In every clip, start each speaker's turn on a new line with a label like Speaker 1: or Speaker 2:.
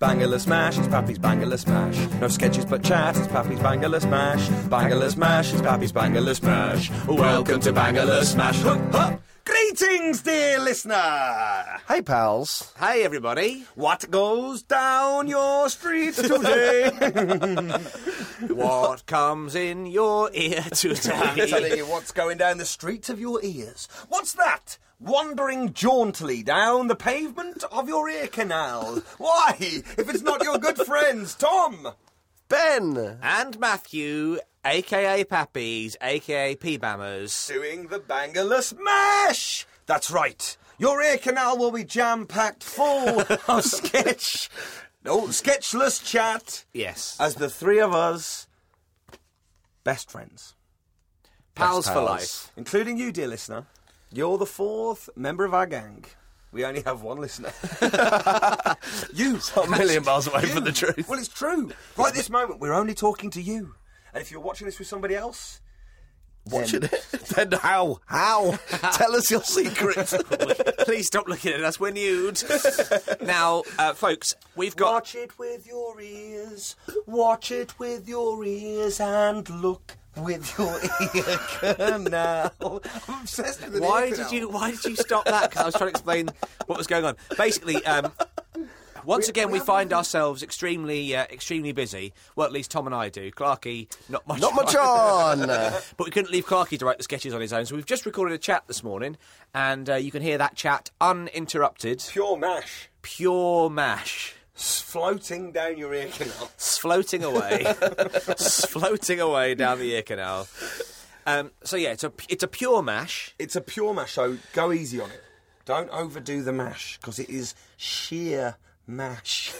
Speaker 1: Bangala Smash, it's Pappy's Bangala Smash. No sketches but chat, it's Pappy's Bangala Smash. Bangala Smash, it's Pappy's Bangala Smash. Welcome to Bangala Smash. Hup, hup.
Speaker 2: Greetings, dear listener.
Speaker 3: Hey, pals.
Speaker 2: Hey, everybody.
Speaker 1: What goes down your street today?
Speaker 2: What comes in your ear today?
Speaker 1: Telling you what's going down the streets of your ears. What's that? Wandering jauntily down the pavement of your ear canal. Why? If it's not your good friends, Tom.
Speaker 3: Ben.
Speaker 2: and Matthew, aka Pappies, aka P Bammers.
Speaker 1: Doing the Bangala Smash! That's right. Your ear canal will be jam packed full of sketch. No, sketchless chat
Speaker 2: Yes.
Speaker 1: as the three of us best friends.
Speaker 2: pals, for
Speaker 3: pals.
Speaker 2: life.
Speaker 1: Including you, dear listener. You're the fourth member of our gang. We only have one listener. you.
Speaker 3: A million miles away from the truth.
Speaker 1: Well, it's true. Right this moment, we're only talking to you. And if you're watching this with somebody else,
Speaker 3: Watching it. Then how? How? Tell us your secret.
Speaker 2: Please stop looking at us. We're nude. now, uh, folks, we've got.
Speaker 1: Watch it with your ears. Watch it with your ears and look with your ear canal. I'm obsessed with the
Speaker 2: Why
Speaker 1: ear
Speaker 2: did
Speaker 1: canal.
Speaker 2: you? Why did you stop that? Because I was trying to explain what was going on. Basically, um, once again, we find ourselves extremely, uh, extremely busy. Well, at least Tom and I do. Clarky, not much.
Speaker 3: Not much on.
Speaker 2: But we couldn't leave Clarky to write the sketches on his own, so we've just recorded a chat this morning, and uh, you can hear that chat uninterrupted.
Speaker 1: Pure mash.
Speaker 2: Pure mash.
Speaker 1: It's floating down your ear canal.
Speaker 2: It's floating away. It's floating away down the ear canal. Um, so, yeah, it's a, it's a pure mash.
Speaker 1: It's a pure mash, so go easy on it. Don't overdo the mash, because it is sheer mash.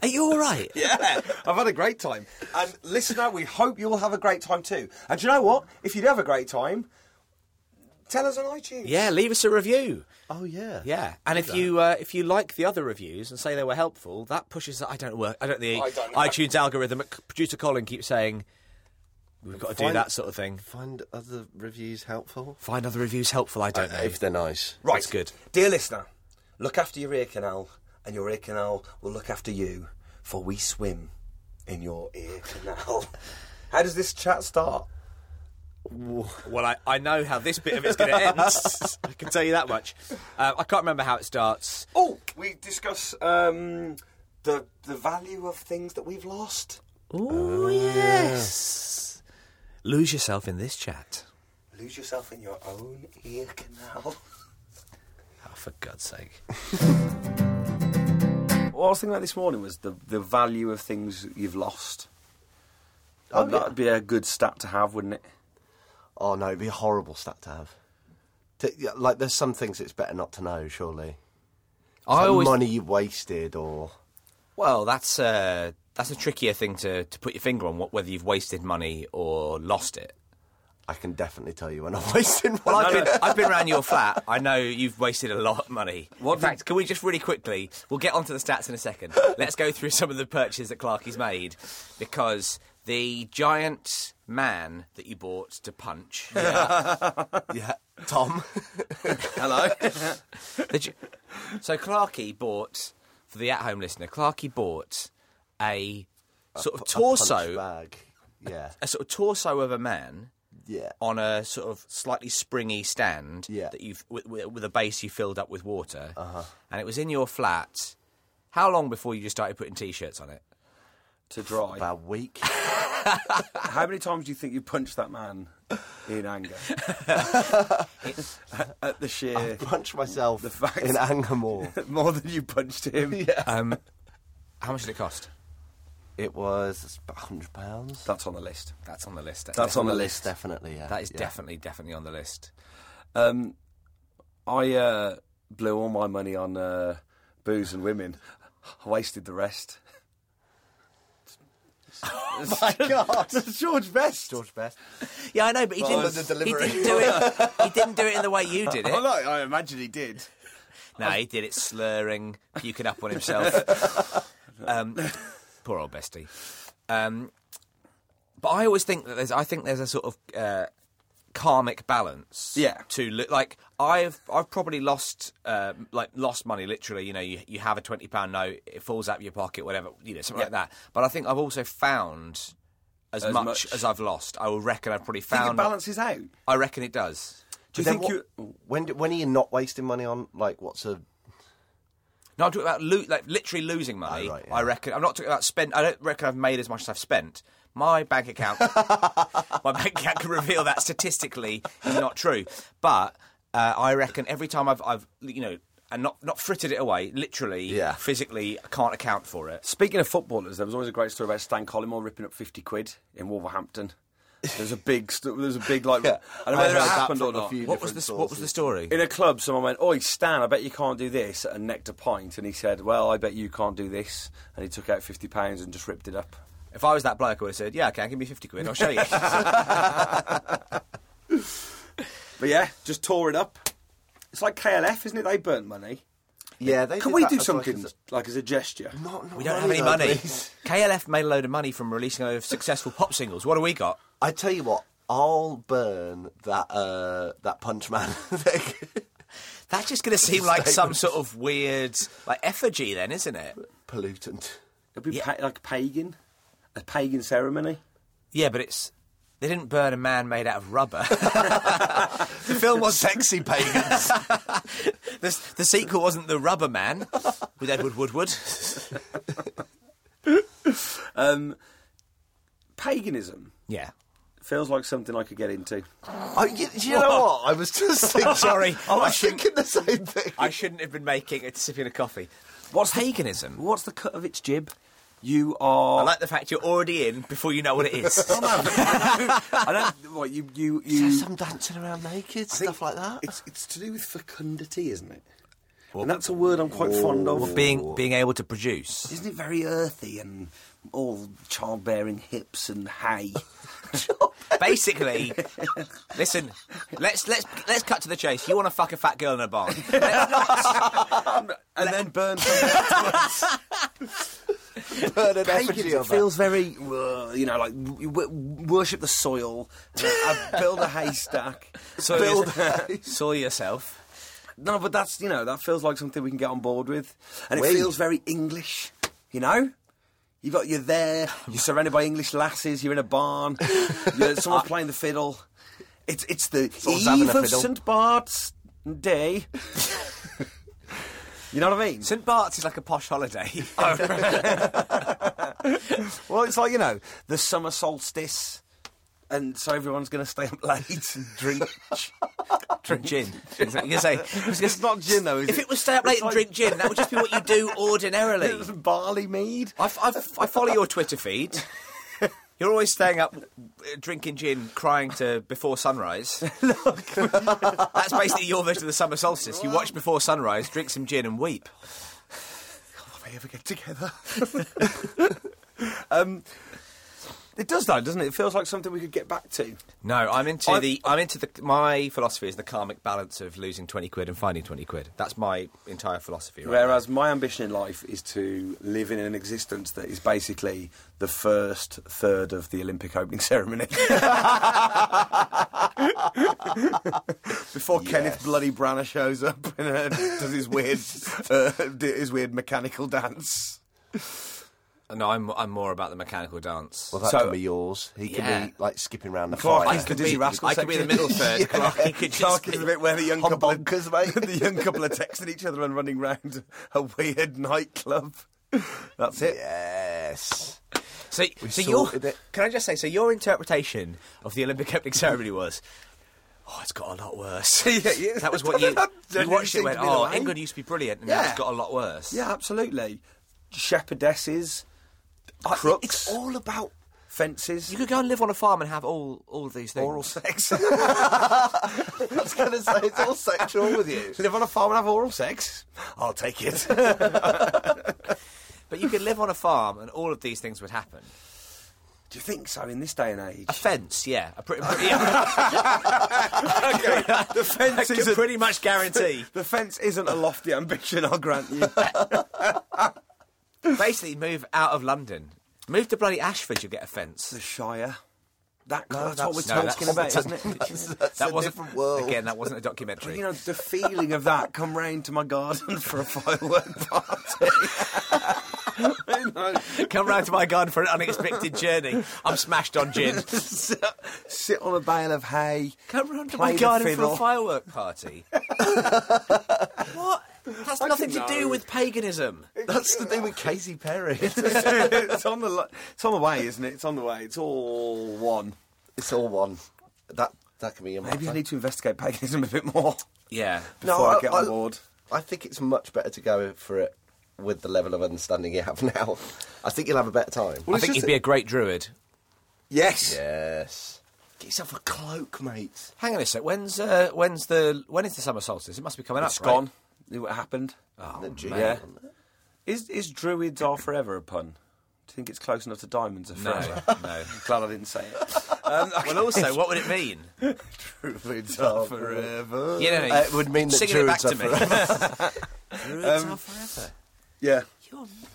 Speaker 2: Are you all right?
Speaker 1: Yeah, I've had a great time. And listener, we hope you'll have a great time too. And do you know what? If you'd have a great time, tell us on iTunes.
Speaker 2: Yeah, leave us a review.
Speaker 3: Oh, yeah.
Speaker 2: Yeah, and if you uh, if you like the other reviews and say they were helpful, that pushes. I don't work. I don't. The
Speaker 1: I don't know.
Speaker 2: iTunes algorithm. Producer Colin keeps saying we've got to do
Speaker 3: Find-
Speaker 2: that sort of thing.
Speaker 3: Find other reviews helpful.
Speaker 2: Find other reviews helpful. I don't know.
Speaker 3: If they're nice.
Speaker 1: Uh, Right.
Speaker 2: That's good.
Speaker 1: Dear listener, look after your ear canal, and your ear canal will look after you, for we swim in your ear canal. How does this chat start?
Speaker 2: Well, I, I know how this bit of it's going to end. I can tell you that much. Uh, I can't remember how it starts.
Speaker 1: Oh, we discuss um, the the value of things that we've lost.
Speaker 2: Oh yes. Lose yourself in this chat.
Speaker 1: Lose yourself in your own ear canal.
Speaker 2: Oh, for God's sake.
Speaker 1: What I was thinking about this morning was the, the value of things you've lost.
Speaker 3: Oh,
Speaker 1: That'd be a good stat to have, wouldn't it?
Speaker 3: Oh, no, it'd be a horrible stat to have. To- yeah, like, there's some things it's better not to know, surely.
Speaker 2: I
Speaker 3: Like
Speaker 2: always
Speaker 3: Money you wasted or.
Speaker 2: Well, that's uh, that's a trickier thing to, to put your finger on. What, whether you've wasted money or lost it.
Speaker 3: I can definitely tell you when I'm wasting money.
Speaker 2: Well, I've been, I've been around your flat. I know you've wasted a lot of money. in fact, can we just really quickly? We'll get onto the stats in a second. Let's go through some of the purchases that Clarky's made because the giant man that you bought to punch.
Speaker 3: yeah. Tom.
Speaker 2: Hello. The gi- so Clarky bought for the at-home listener. Clarky bought a sort of
Speaker 3: Punch
Speaker 2: torso, a,
Speaker 3: bag. Yeah.
Speaker 2: sort of torso of a man.
Speaker 3: Yeah.
Speaker 2: on a sort of slightly springy stand
Speaker 3: Yeah. Uh-huh.
Speaker 2: that you've with, with, with a base you filled up with water, and it was in your flat. How long before you just started putting t-shirts on it?
Speaker 1: To dry.
Speaker 3: About a week.
Speaker 1: How many times do you think you punched that man in anger? At the sheer.
Speaker 3: Punch myself
Speaker 1: fact-
Speaker 3: in anger more.
Speaker 1: More than you punched him.
Speaker 2: Um, how much did it cost?
Speaker 3: It was hundred pounds.
Speaker 1: That's on the list.
Speaker 2: That's on the list. eh?
Speaker 1: That's on the list.
Speaker 3: Definitely, yeah.
Speaker 2: That is
Speaker 3: yeah.
Speaker 2: definitely definitely on the list.
Speaker 1: Um, I uh, blew all my money on uh, booze and women. I wasted the rest.
Speaker 3: Oh My God, George Best. George Best.
Speaker 2: Yeah, I know, but he
Speaker 3: Rather
Speaker 2: didn't.
Speaker 3: than the delivery.
Speaker 2: He didn't do it. he didn't do it in the way you did it.
Speaker 3: no, I imagine he did.
Speaker 2: No, he did it slurring, puking up on himself. um, poor old bestie. Um, but I always think that there's, I think there's a sort of uh, karmic balance.
Speaker 4: Yeah.
Speaker 2: To li- like I've I've probably lost uh, like lost money literally. You know, you you have a twenty pound note, it falls out of your pocket, whatever. You know, something like that. But I think I've also found as, much,
Speaker 4: much.
Speaker 2: as I've lost. I will reckon I've probably
Speaker 4: Think it
Speaker 2: found.
Speaker 4: balances out.
Speaker 2: I reckon it does.
Speaker 4: Do you
Speaker 1: Then
Speaker 4: think
Speaker 1: what-
Speaker 4: you?
Speaker 1: when do- when are you not wasting money on like what's a
Speaker 2: No, I'm talking about lo- like literally losing money.
Speaker 1: right, yeah.
Speaker 2: I reckon I'm not talking about spend. I don't reckon I've made as much as I've spent. My bank account, my bank account can reveal that statistically is not true. But uh, I reckon every time I've, I've, you know, and not not frittered it away, literally,
Speaker 1: Yeah.
Speaker 2: physically, I can't account for it.
Speaker 3: Speaking of footballers, there was always a great story about Stan Collymore ripping up fifty quid in Wolverhampton. There's a big, st- there's a big like, I don't know
Speaker 1: I
Speaker 3: whether it
Speaker 1: heard that
Speaker 3: happened
Speaker 1: from
Speaker 3: or
Speaker 1: a
Speaker 3: not.
Speaker 1: few
Speaker 2: What was
Speaker 1: different
Speaker 2: the what was the
Speaker 1: sources.
Speaker 2: story?
Speaker 3: In a club, someone went, "Oi, Stan, I bet you can't do this," and necked a pint, and he said, "Well, I bet you can't do this," and he took out fifty pounds and just ripped it up.
Speaker 2: If I was that bloke, I would have said, "Yeah, okay, give me fifty quid. I'll show you."
Speaker 3: But yeah, just tore it up. It's like KLF, isn't it? They burnt money.
Speaker 1: Yeah, they
Speaker 3: Can
Speaker 1: did
Speaker 3: we
Speaker 1: that
Speaker 3: do
Speaker 1: as,
Speaker 3: something
Speaker 1: Like,
Speaker 3: like
Speaker 1: as
Speaker 3: as, a gesture?
Speaker 1: a- not, not
Speaker 2: we don't have any
Speaker 1: though,
Speaker 2: money.
Speaker 1: please.
Speaker 2: KLF made a load of money from releasing a load of successful pop singles. What do we got?
Speaker 1: I tell you what, I'll burn that uh, that punch man. thing.
Speaker 2: That's just going to seem like some sort of weird like effigy, then, isn't it?
Speaker 1: Pollutant.
Speaker 3: It'd be pa- like pagan, a pagan ceremony.
Speaker 2: Yeah, but it's they didn't burn a man made out of rubber. the film was
Speaker 1: Sexy pagans.
Speaker 2: the, the sequel wasn't the Rubber Man with Edward Woodward.
Speaker 3: Um, paganism
Speaker 2: Yeah.
Speaker 3: feels like something I could get into.
Speaker 1: I, you, do you know what? I was just thinking.
Speaker 2: Sorry,
Speaker 1: I
Speaker 2: I
Speaker 1: was
Speaker 2: shouldn't-
Speaker 1: thinking the same thing.
Speaker 2: I shouldn't have been making a sipping a coffee.
Speaker 3: What's the-
Speaker 2: paganism?
Speaker 3: What's the cut of its jib? You
Speaker 2: I
Speaker 3: are.
Speaker 2: like the fact you're already in before you know what it is.
Speaker 3: I don't. What you you you?
Speaker 1: There's some dancing around naked, stuff like that.
Speaker 3: It's it's to do with fecundity, isn't it? and that's a word I'm quite fond of.
Speaker 2: being being able to produce.
Speaker 3: Isn't it very earthy and all childbearing hips and hay?
Speaker 2: Basically, listen. Let's let's let's cut to the chase. You want to fuck a fat girl in a barn? Let's not
Speaker 3: and then burn something.
Speaker 1: Burn an effigy
Speaker 3: it
Speaker 1: of that.
Speaker 3: feels very, uh, you know, like w- w- worship the soil, uh, uh, build a haystack.
Speaker 2: soil,
Speaker 3: build
Speaker 2: soil yourself.
Speaker 3: No, but that's you know that feels like something we can get on board with, and it
Speaker 1: Oui.
Speaker 3: feels very English. You know, you got you're there, you're surrounded by English lasses, you're in a barn, you're, someone's playing the fiddle. It's it's the
Speaker 1: Someone's having
Speaker 3: eve
Speaker 1: a
Speaker 3: of
Speaker 1: fiddle.
Speaker 3: St Bart's Day. you know what I mean?
Speaker 2: St Bart's is like a posh holiday.
Speaker 3: Oh, Well, it's like you know the summer solstice. And so everyone's going to stay up late and drink.
Speaker 2: drink gin. I was gonna say,
Speaker 3: it's not gin though, is
Speaker 2: if
Speaker 3: it?
Speaker 2: it was stay up late and
Speaker 3: like-
Speaker 2: drink gin, that would just be what you do ordinarily.
Speaker 3: It's barley mead.
Speaker 2: I, f- I f- I follow your Twitter feed. You're always staying up, uh, drinking gin, crying to before sunrise. That's basically your version of the summer solstice. You watch before sunrise, drink some gin, and weep.
Speaker 3: Will they ever get together? um, it does though, doesn't it? It feels like something we could get back to.
Speaker 2: No, I'm into
Speaker 3: I-
Speaker 2: the. I'm into the. My philosophy is the karmic balance of losing twenty quid and finding twenty quid. That's my entire philosophy. Right now.
Speaker 3: Whereas my ambition in life is to live in an existence that is basically the first third of the Olympic opening ceremony. Before Kenneth Bloody Branagh shows up and uh, does his weird, uh, his weird mechanical dance.
Speaker 2: No, I'm, I'm more about the mechanical dance.
Speaker 1: Well, that
Speaker 3: So-
Speaker 1: can be yours. He can
Speaker 2: Yeah.
Speaker 1: be like skipping round the
Speaker 3: Clark
Speaker 1: fire.
Speaker 3: is the Dizzy
Speaker 2: be,
Speaker 3: Rascal
Speaker 2: I could be the
Speaker 3: section.
Speaker 2: middle third. Clark, he could just
Speaker 3: Clark
Speaker 2: be,
Speaker 3: is a bit where the young couple are,
Speaker 1: bonkers, mate.
Speaker 3: the young couple are texting each other and running round a weird nightclub. That's it.
Speaker 1: Yes.
Speaker 2: So, so your,
Speaker 1: sorted it.
Speaker 2: can I just say, so your interpretation of the Olympic opening ceremony was, oh, it's got a lot worse.
Speaker 3: yeah.
Speaker 2: That was what you,
Speaker 3: That
Speaker 2: you
Speaker 3: doesn't
Speaker 2: watched it
Speaker 3: seem
Speaker 2: and went,
Speaker 3: to be the
Speaker 2: oh,
Speaker 3: way."
Speaker 2: England used to be brilliant and now
Speaker 3: Yeah.
Speaker 2: it's got a lot worse.
Speaker 3: Yeah, absolutely. Shepherdesses, crooks,
Speaker 1: It's all about
Speaker 3: fences,
Speaker 2: You could go and live on a farm and have all, all of these things.
Speaker 3: oral sex.
Speaker 1: I was going to say it's all sexual with you.
Speaker 3: Live on a farm and have oral sex? I'll take it.
Speaker 2: But you could live on a farm and all of these things would happen.
Speaker 3: Do you think so in this day and age?
Speaker 2: A fence, yeah. A pretty, pretty, yeah.
Speaker 3: the
Speaker 2: I
Speaker 3: fence
Speaker 2: can pretty much guarantee.
Speaker 3: The fence isn't a lofty ambition, I'll grant you.
Speaker 2: Basically, move out of London. Move to bloody Ashford, you'll get a fence.
Speaker 3: the Shire. That, that's, what we're
Speaker 2: no, that's-
Speaker 3: talking about,
Speaker 2: that's-
Speaker 3: isn't it?
Speaker 4: That's a
Speaker 2: wasn't-
Speaker 4: different world.
Speaker 2: Again, that wasn't a
Speaker 3: But,
Speaker 2: documentary.
Speaker 3: you know, the feeling of that. Come round to my garden for a firework party. You know,
Speaker 2: Come round to my garden for an unexpected journey. I'm smashed on gin.
Speaker 3: sit, sit on a bale of hay.
Speaker 2: Come round to
Speaker 3: Play
Speaker 2: my
Speaker 3: the
Speaker 2: garden for a
Speaker 3: fiddle.
Speaker 2: firework party. what? That's nothing to do with paganism.
Speaker 1: That's the thing with Casey Perry.
Speaker 3: it's on the li- it's on the way, isn't it? It's on the way. It's all one.
Speaker 1: it's all one. That that can be your
Speaker 3: Maybe I
Speaker 1: motto.
Speaker 3: need to investigate paganism a bit more
Speaker 2: Yeah.
Speaker 1: No,
Speaker 3: before I,
Speaker 1: I-
Speaker 3: get on
Speaker 1: I-
Speaker 3: board.
Speaker 1: I think it's much better to go for it with the level of understanding you have now. I think you'll have a better time.
Speaker 2: I think you'd be a great druid.
Speaker 3: Yes.
Speaker 1: yes. Get yourself a cloak, mate.
Speaker 2: Hang on a sec. When's uh, when's the when is the summer solstice? It must be coming
Speaker 3: It's
Speaker 2: up.
Speaker 3: gone. Knew what happened.
Speaker 1: Oh,
Speaker 3: yeah. Is is druids are forever a pun? Do you think it's close enough to diamonds are
Speaker 2: Right?
Speaker 3: forever?
Speaker 2: No, no.
Speaker 3: Glad I didn't say it. Um,
Speaker 2: Well, also, what would it mean?
Speaker 1: Druids are forever.
Speaker 2: You know,
Speaker 1: Uh, it would mean that
Speaker 2: singing it back
Speaker 1: druids
Speaker 2: to
Speaker 1: are
Speaker 2: me.
Speaker 1: forever.
Speaker 2: druids are forever.
Speaker 3: yeah.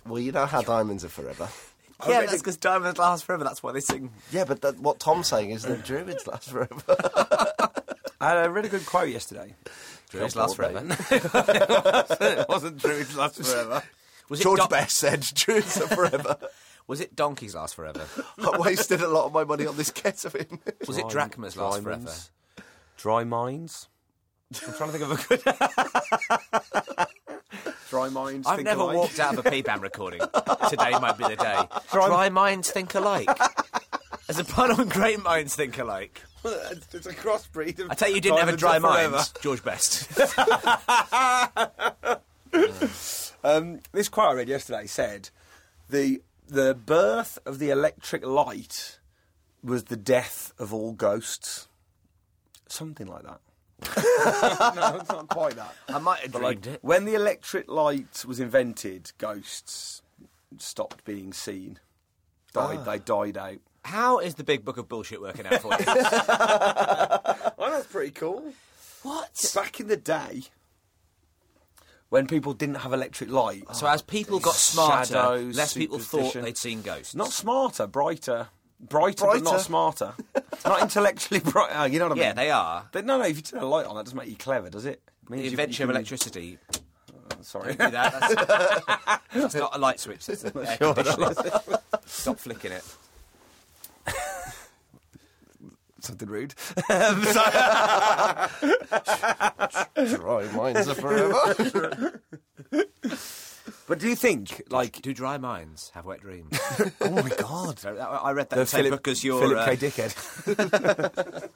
Speaker 1: well, you know how diamonds are forever.
Speaker 2: Yeah, that's because diamonds last forever. That's why they sing.
Speaker 1: Yeah, but that, what Tom's saying is that druids last forever.
Speaker 3: I had a really good quote yesterday.
Speaker 2: Druids
Speaker 1: Not
Speaker 2: last
Speaker 1: all day.
Speaker 2: forever.
Speaker 3: it wasn't druids last forever.
Speaker 2: Was it,
Speaker 1: George
Speaker 2: don-
Speaker 1: Best said druids are forever.
Speaker 2: was it donkeys last forever?
Speaker 1: I wasted a lot of my money on this ketamine.
Speaker 2: Was it drachmas last forever?
Speaker 3: Dry mines. I'm trying to think of a good. dry mines.
Speaker 2: I've
Speaker 3: think
Speaker 2: never
Speaker 3: alike.
Speaker 2: walked out of a PBAM recording. Today might be the day. Dry, minds think alike. As a pun on great minds think alike.
Speaker 3: it's a crossbreed. Of
Speaker 2: I tell you, you didn't have a
Speaker 3: diamonds
Speaker 2: dry
Speaker 3: are forever.
Speaker 2: mind, George Best.
Speaker 3: Um, this quote I read yesterday said the the birth of the electric light was the death of all ghosts. Something like that. no, it's not quite that.
Speaker 2: I might have dreamed it.
Speaker 3: When the electric light was invented, ghosts stopped being seen. Died. They died out.
Speaker 2: How is the big book of bullshit working out for you?
Speaker 3: Oh, that's pretty cool.
Speaker 2: what?
Speaker 3: Back in the day, when people didn't have electric light,
Speaker 2: So as people got smarter,
Speaker 3: Shadows,
Speaker 2: less people thought
Speaker 3: superstition.
Speaker 2: they'd seen ghosts.
Speaker 3: Not smarter, brighter. Brighter, but not
Speaker 1: Brighter.
Speaker 3: smarter. not intellectually bright. Oh, you know what I mean?
Speaker 2: yeah, they are.
Speaker 3: But no, no, if you turn a light on, that doesn't make you clever, does it? It means
Speaker 2: The
Speaker 3: you-
Speaker 2: invention of
Speaker 3: you-
Speaker 2: electricity.
Speaker 3: Sorry.
Speaker 2: Do that. That's, that's not a light switch. That's an air conditioner. Stop flicking it.
Speaker 3: Something rude.
Speaker 1: Dry minds are forever.
Speaker 3: But do you think, like,
Speaker 2: Do dry minds have wet dreams?
Speaker 3: oh my God.
Speaker 2: So that- I read that
Speaker 3: The
Speaker 2: the same
Speaker 3: Philip,
Speaker 2: book as your
Speaker 3: Philip
Speaker 2: uh,
Speaker 3: K. Dickhead.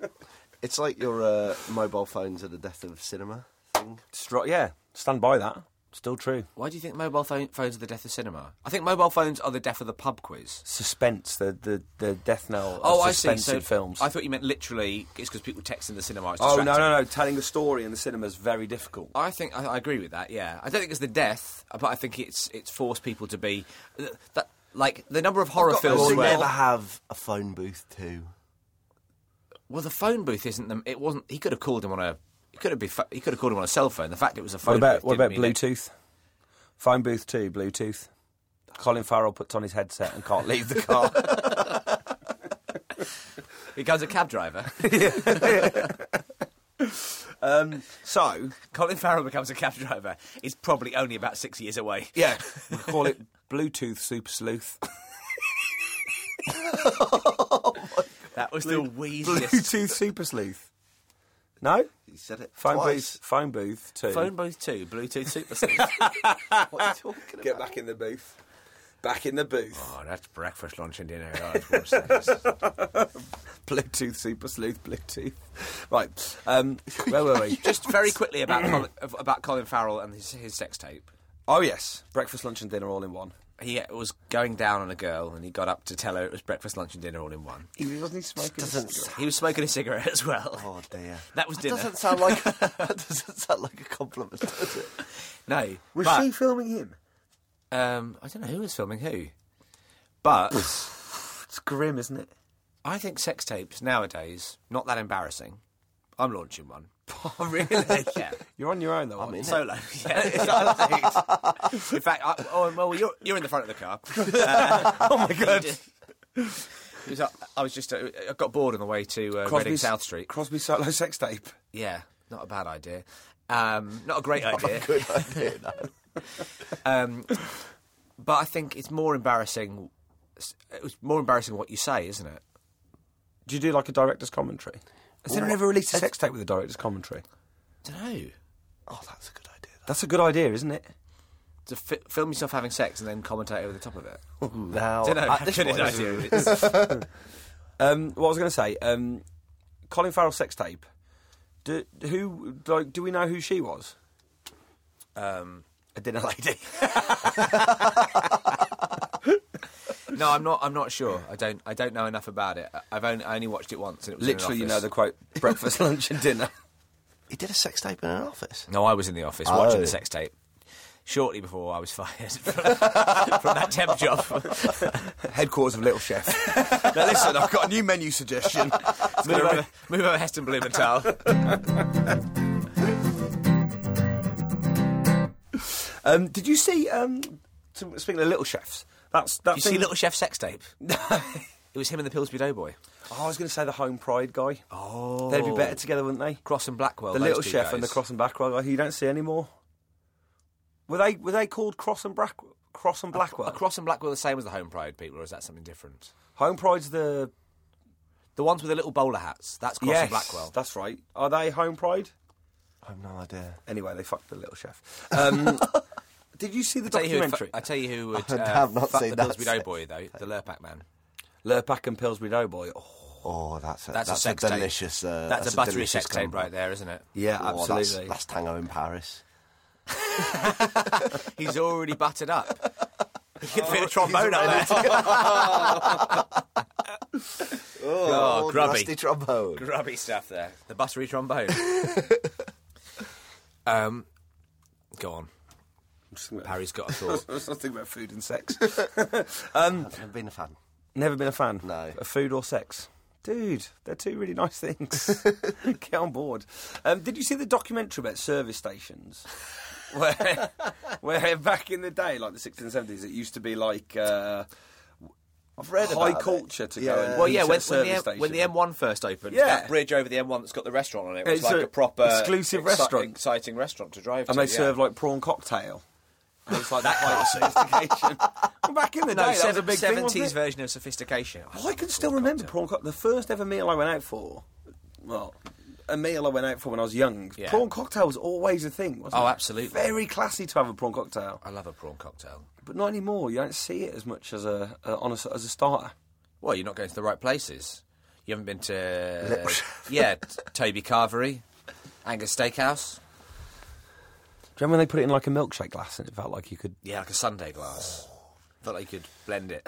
Speaker 1: it's like your uh, mobile phones are the death of cinema thing.
Speaker 3: Stro- yeah, stand by that. Still true.
Speaker 2: Why do you think mobile pho- phones are the death of cinema? I think mobile phones are the death of the pub quiz.
Speaker 3: Suspense, the, the, the death knell of
Speaker 2: Oh, I see.
Speaker 3: suspense
Speaker 2: So
Speaker 3: in films.
Speaker 2: I thought you meant literally. It's because people text in the cinema. It's
Speaker 3: oh, no,
Speaker 2: distracting.
Speaker 3: no, no. Telling a story in the cinema is very difficult.
Speaker 2: I think I, I agree with that. Yeah, I don't think it's the death, but I think it's it's forced people to be th- that like the number of horror
Speaker 1: You'll
Speaker 2: films where
Speaker 1: never have a phone booth too.
Speaker 2: well the phone booth isn't them. It wasn't. He could have called him on a. He could have been. He could have called him on a cell phone. The fact it was a phone.
Speaker 3: What about
Speaker 2: booth
Speaker 3: what
Speaker 2: didn't
Speaker 3: about
Speaker 2: mean it-
Speaker 3: Bluetooth? Phone booth too, Bluetooth. Colin Farrell puts on his headset and can't leave the car.
Speaker 2: He becomes a cab driver.
Speaker 3: um, so
Speaker 2: Colin Farrell becomes a cab driver. He's probably only about six years away.
Speaker 3: yeah, we call it Bluetooth Super Sleuth.
Speaker 2: That was the wheeziest
Speaker 3: Bluetooth Super Sleuth. No,
Speaker 1: He said it
Speaker 3: phone
Speaker 1: twice.
Speaker 3: booth. Phone booth too.
Speaker 2: Phone booth two, Bluetooth super sync.
Speaker 1: What are you talking about?
Speaker 3: Get back in the booth. Back in the booth.
Speaker 2: oh, that's breakfast, lunch, and dinner. Oh, that's worse than this.
Speaker 3: Bluetooth Super Sleuth. Bluetooth. Right. Um, where were we?
Speaker 2: Just very quickly about Colin, about Colin Farrell and his, his sex tape.
Speaker 3: Oh yes, breakfast, lunch, and dinner all in one.
Speaker 2: He was going down on a girl, and he got up to tell her it was breakfast, lunch, and dinner all in one.
Speaker 3: He wasn't smoking.
Speaker 2: He was smoking a cigarette as well.
Speaker 1: Oh dear.
Speaker 2: That was dinner.
Speaker 1: Doesn't sound like that doesn't sound like a compliment, does it?
Speaker 2: No,
Speaker 3: Was
Speaker 2: but,
Speaker 3: she filming him?
Speaker 2: Um, I don't know who was filming who, but
Speaker 3: It's grim, isn't it?
Speaker 2: I think sex tapes nowadays not that embarrassing. I'm launching one.
Speaker 3: Oh, really?
Speaker 2: Yeah.
Speaker 3: You're on your own, though.
Speaker 1: in it.
Speaker 2: Solo, yeah. in fact, I, oh well, you're you're in the front of the car. oh my god! Uh, It was, uh, I was just, uh, I got bored on the way to uh, Reading South Street.
Speaker 3: Crosby solo sex tape.
Speaker 2: Yeah, not a bad idea. Um, not a great idea.
Speaker 1: Oh, Good idea. no.
Speaker 2: Um, but I think it's more embarrassing. It was more embarrassing what you say, isn't it?
Speaker 3: Do you do like a director's commentary? Has anyone ever released a sex tape with a director's commentary?
Speaker 2: I don't know.
Speaker 1: Oh, that's a good idea.
Speaker 3: That's a good idea, isn't it?
Speaker 2: To fi- film yourself having sex and then commentate over the top of it.
Speaker 1: Now,
Speaker 2: I don't know.
Speaker 1: at this
Speaker 2: Good
Speaker 1: point-
Speaker 2: idea it is.
Speaker 3: Um, what I was going to say, um, Colin Farrell sex tape. Do, who like? Do we know who she was?
Speaker 2: um,
Speaker 3: A dinner lady.
Speaker 2: no, I'm not. I'm not sure. I don't. I don't know enough about it. I- I've only, I only watched it once, and it was in an
Speaker 3: Literally, you know
Speaker 2: office.
Speaker 3: the quote: breakfast, lunch, and dinner.
Speaker 1: he did a sex tape in an office.
Speaker 2: No, I was in the office watching
Speaker 1: Oh.
Speaker 2: the sex tape. Shortly before I was fired from, from that temp job.
Speaker 3: Headquarters of Little Chef.
Speaker 2: now listen, I've got
Speaker 3: a new menu suggestion.
Speaker 2: move over, move over Heston Blumenthal.
Speaker 3: um, did you see? Um, to- speaking of Little Chefs, that's that
Speaker 2: You
Speaker 3: thing-
Speaker 2: see Little Chef sex tape? it was him and the Pillsbury Doughboy.
Speaker 3: Oh, I was going to say the Home Pride guy.
Speaker 2: Oh,
Speaker 3: They'd be better together, wouldn't they?
Speaker 2: Cross and Blackwell.
Speaker 3: the
Speaker 2: those
Speaker 3: Little
Speaker 2: two
Speaker 3: Chef and the
Speaker 2: guys.
Speaker 3: Cross and Blackwell guy, who you don't see anymore. Were they were they called Cross and Brack, Cross and Blackwell?
Speaker 2: Are Cross and Blackwell the same as the Home Pride people, or is that something different?
Speaker 3: Home Pride's the
Speaker 2: The ones with the little bowler hats. That's Cross
Speaker 3: yes,
Speaker 2: and Blackwell.
Speaker 3: That's right. Are they Home Pride?
Speaker 1: I have no idea.
Speaker 3: Anyway, they fucked the Little Chef. Um, did you see the
Speaker 2: I tell, you who would, fu-
Speaker 3: documentary?
Speaker 2: I tell you who would
Speaker 1: I
Speaker 2: uh,
Speaker 1: have not
Speaker 2: fuck
Speaker 1: seen
Speaker 2: the
Speaker 1: that
Speaker 2: Pillsbury
Speaker 1: sex
Speaker 2: Doughboy though, the Lurpak man.
Speaker 3: Lurpak and Pillsbury Doughboy. Oh,
Speaker 1: Oh, that's a,
Speaker 2: That's, a sex tape.
Speaker 1: delicious. Uh,
Speaker 2: that's, a buttery
Speaker 1: delicious
Speaker 2: sex tape
Speaker 1: combo.
Speaker 2: right there, isn't it?
Speaker 3: yeah,
Speaker 1: Oh,
Speaker 3: absolutely.
Speaker 1: That's, that's Tango in Paris.
Speaker 2: He's already buttered up. He could
Speaker 3: Oh,
Speaker 2: fit a trombone up there. Oh,
Speaker 1: Oh,
Speaker 2: grubby.
Speaker 1: nasty trombone.
Speaker 2: Grubby stuff there. The buttery trombone. um, go on. Harry's got a thought.
Speaker 3: I was thinking about food and sex.
Speaker 1: I've never been a fan.
Speaker 3: Never been a fan.
Speaker 1: No.
Speaker 3: Of food or sex. Dude, they're two really nice things. Get on board. Um, did you see the documentary about service stations? Where, where back in the day, like the 60s and 70s, it used to be like uh,
Speaker 1: I've read
Speaker 3: high
Speaker 1: about it.
Speaker 3: culture to go
Speaker 1: Yeah.
Speaker 3: and
Speaker 2: Well,
Speaker 3: eat
Speaker 2: yeah,
Speaker 3: at
Speaker 2: when,
Speaker 3: a
Speaker 2: when,
Speaker 3: service
Speaker 2: the, M- when the
Speaker 3: station.
Speaker 2: M1 first opened,
Speaker 3: Yeah.
Speaker 2: that bridge over the M1 that's got the restaurant on it was
Speaker 3: It's
Speaker 2: like
Speaker 3: a
Speaker 2: a, proper
Speaker 3: exclusive restaurant.
Speaker 2: exciting restaurant to drive
Speaker 3: And
Speaker 2: to.
Speaker 3: they
Speaker 2: yeah.
Speaker 3: serve like prawn cocktail. And it's like that kind of sophistication. Well, back in the
Speaker 2: no
Speaker 3: day, that was a
Speaker 2: seven,
Speaker 3: big thing,
Speaker 2: 70s
Speaker 3: wasn't it?
Speaker 2: version of sophistication.
Speaker 3: Oh, I can still remember prawn cocktail. The first ever meal I went out for, well, a meal I went out for when I was young.
Speaker 2: Yeah.
Speaker 3: Prawn cocktail was always a thing, wasn't
Speaker 2: Oh,
Speaker 3: it?
Speaker 2: absolutely.
Speaker 3: Very classy to have a prawn cocktail,
Speaker 2: I love a prawn cocktail.
Speaker 3: but not anymore. You don't see it as much as a, a on a, s- as a starter.
Speaker 2: Well, you're not going to the right places. You haven't been to yeah, t- Toby Carvery, Angus Steakhouse.
Speaker 3: Do you remember when they put it in like a milkshake glass and it felt like you could?
Speaker 2: Yeah, like a Sunday glass.
Speaker 3: Oh.
Speaker 2: Felt like you could blend it.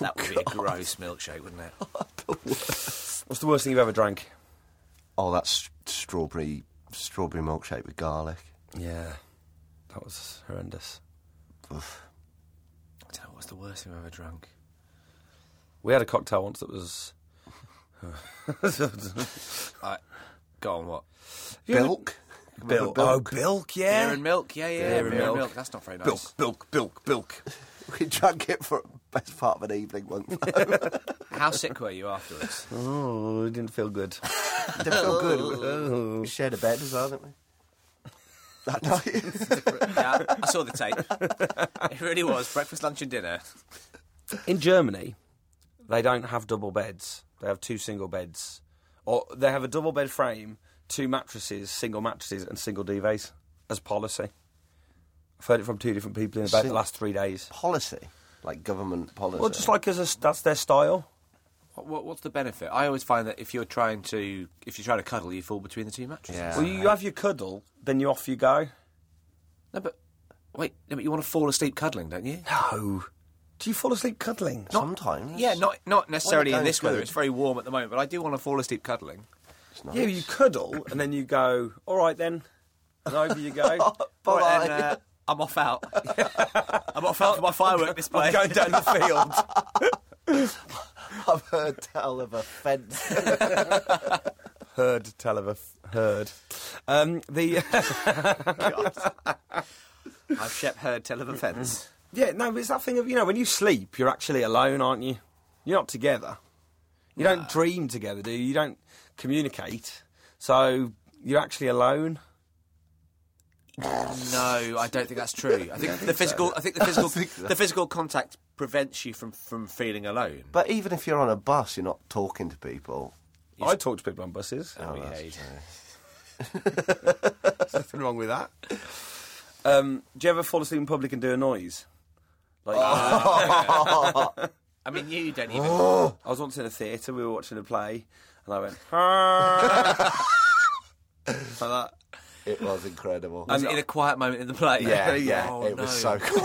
Speaker 2: that would be a gross milkshake, wouldn't it?
Speaker 3: What's the worst thing you've ever drank?
Speaker 1: Oh, that's strawberry strawberry milkshake with garlic.
Speaker 3: Yeah, that was horrendous.
Speaker 1: Oof.
Speaker 2: I don't know what's the worst thing I've ever drunk.
Speaker 3: We had a cocktail once that was.
Speaker 2: I go on what?
Speaker 1: Bilk.
Speaker 3: Bilk. Oh, bilk. Yeah.
Speaker 2: Beer and milk, yeah, yeah. Beer, and, milk. That's not very nice.
Speaker 3: Bilk. Bilk. Bilk. Bilk.
Speaker 1: We drank it for best part of an evening once. Didn't
Speaker 2: How sick were you afterwards?
Speaker 3: Oh, it didn't feel good.
Speaker 1: feel good. We shared a bed as well, didn't we? That night.
Speaker 2: yeah, I saw the tape. It really was breakfast, lunch, and dinner.
Speaker 3: In Germany, they don't have double beds. They have two single beds, or they have a double bed frame, two mattresses, single mattresses, and single duvets as policy. I've heard it from two different people in about the
Speaker 1: Sing-
Speaker 3: last three days.
Speaker 1: policy, like government policy.
Speaker 3: Well, just like as a, s- that's their style.
Speaker 2: What, what, what's the benefit? I always find that if you're trying to if you're trying to cuddle, you fall between the two mattresses.
Speaker 1: Yeah.
Speaker 3: Well, you have your cuddle, then you off you go.
Speaker 2: No, but wait, no, but you want to fall asleep cuddling, don't you?
Speaker 3: No, do you fall asleep cuddling?
Speaker 1: sometimes.
Speaker 2: Yeah, not not necessarily in
Speaker 1: goes
Speaker 2: this weather.
Speaker 1: good.
Speaker 2: It's very warm at the moment, but I do want to fall asleep cuddling.
Speaker 1: It's nice.
Speaker 3: Yeah, you cuddle and then you go. All right then, and over you go.
Speaker 1: Bye.
Speaker 2: Right then, uh, I'm off out. I'm off out for my firework display.
Speaker 3: I'm going down the field.
Speaker 1: uh, I've heard tell of a fence.
Speaker 3: Heard tell of a f- herd. Um, the.
Speaker 2: I've Shep heard tell of offence.
Speaker 3: Yeah, no, it's that thing of you know when you sleep, you're actually alone, aren't you? You're not together. You don't dream together, do you? You don't communicate. So you're actually alone.
Speaker 2: No, I don't think that's true. I think the physical. I think the physical.
Speaker 1: think so.
Speaker 2: the physical contact prevents you from from feeling alone.
Speaker 1: But even if you're on a bus, you're not talking to people.
Speaker 3: I talk to people on buses.
Speaker 2: We
Speaker 1: Oh, that's
Speaker 2: hate.
Speaker 3: Nothing wrong with that. Um, do you ever fall asleep in public and do a noise? Like
Speaker 1: Ah.
Speaker 2: I mean, you don't
Speaker 1: Oh,
Speaker 2: even.
Speaker 3: I was once in a theatre, we were watching a play, and I went like that.
Speaker 1: It was incredible.
Speaker 2: was it in a quiet moment in the play.
Speaker 1: yeah, yeah,
Speaker 2: Oh,
Speaker 1: it was so
Speaker 2: no.
Speaker 1: cool.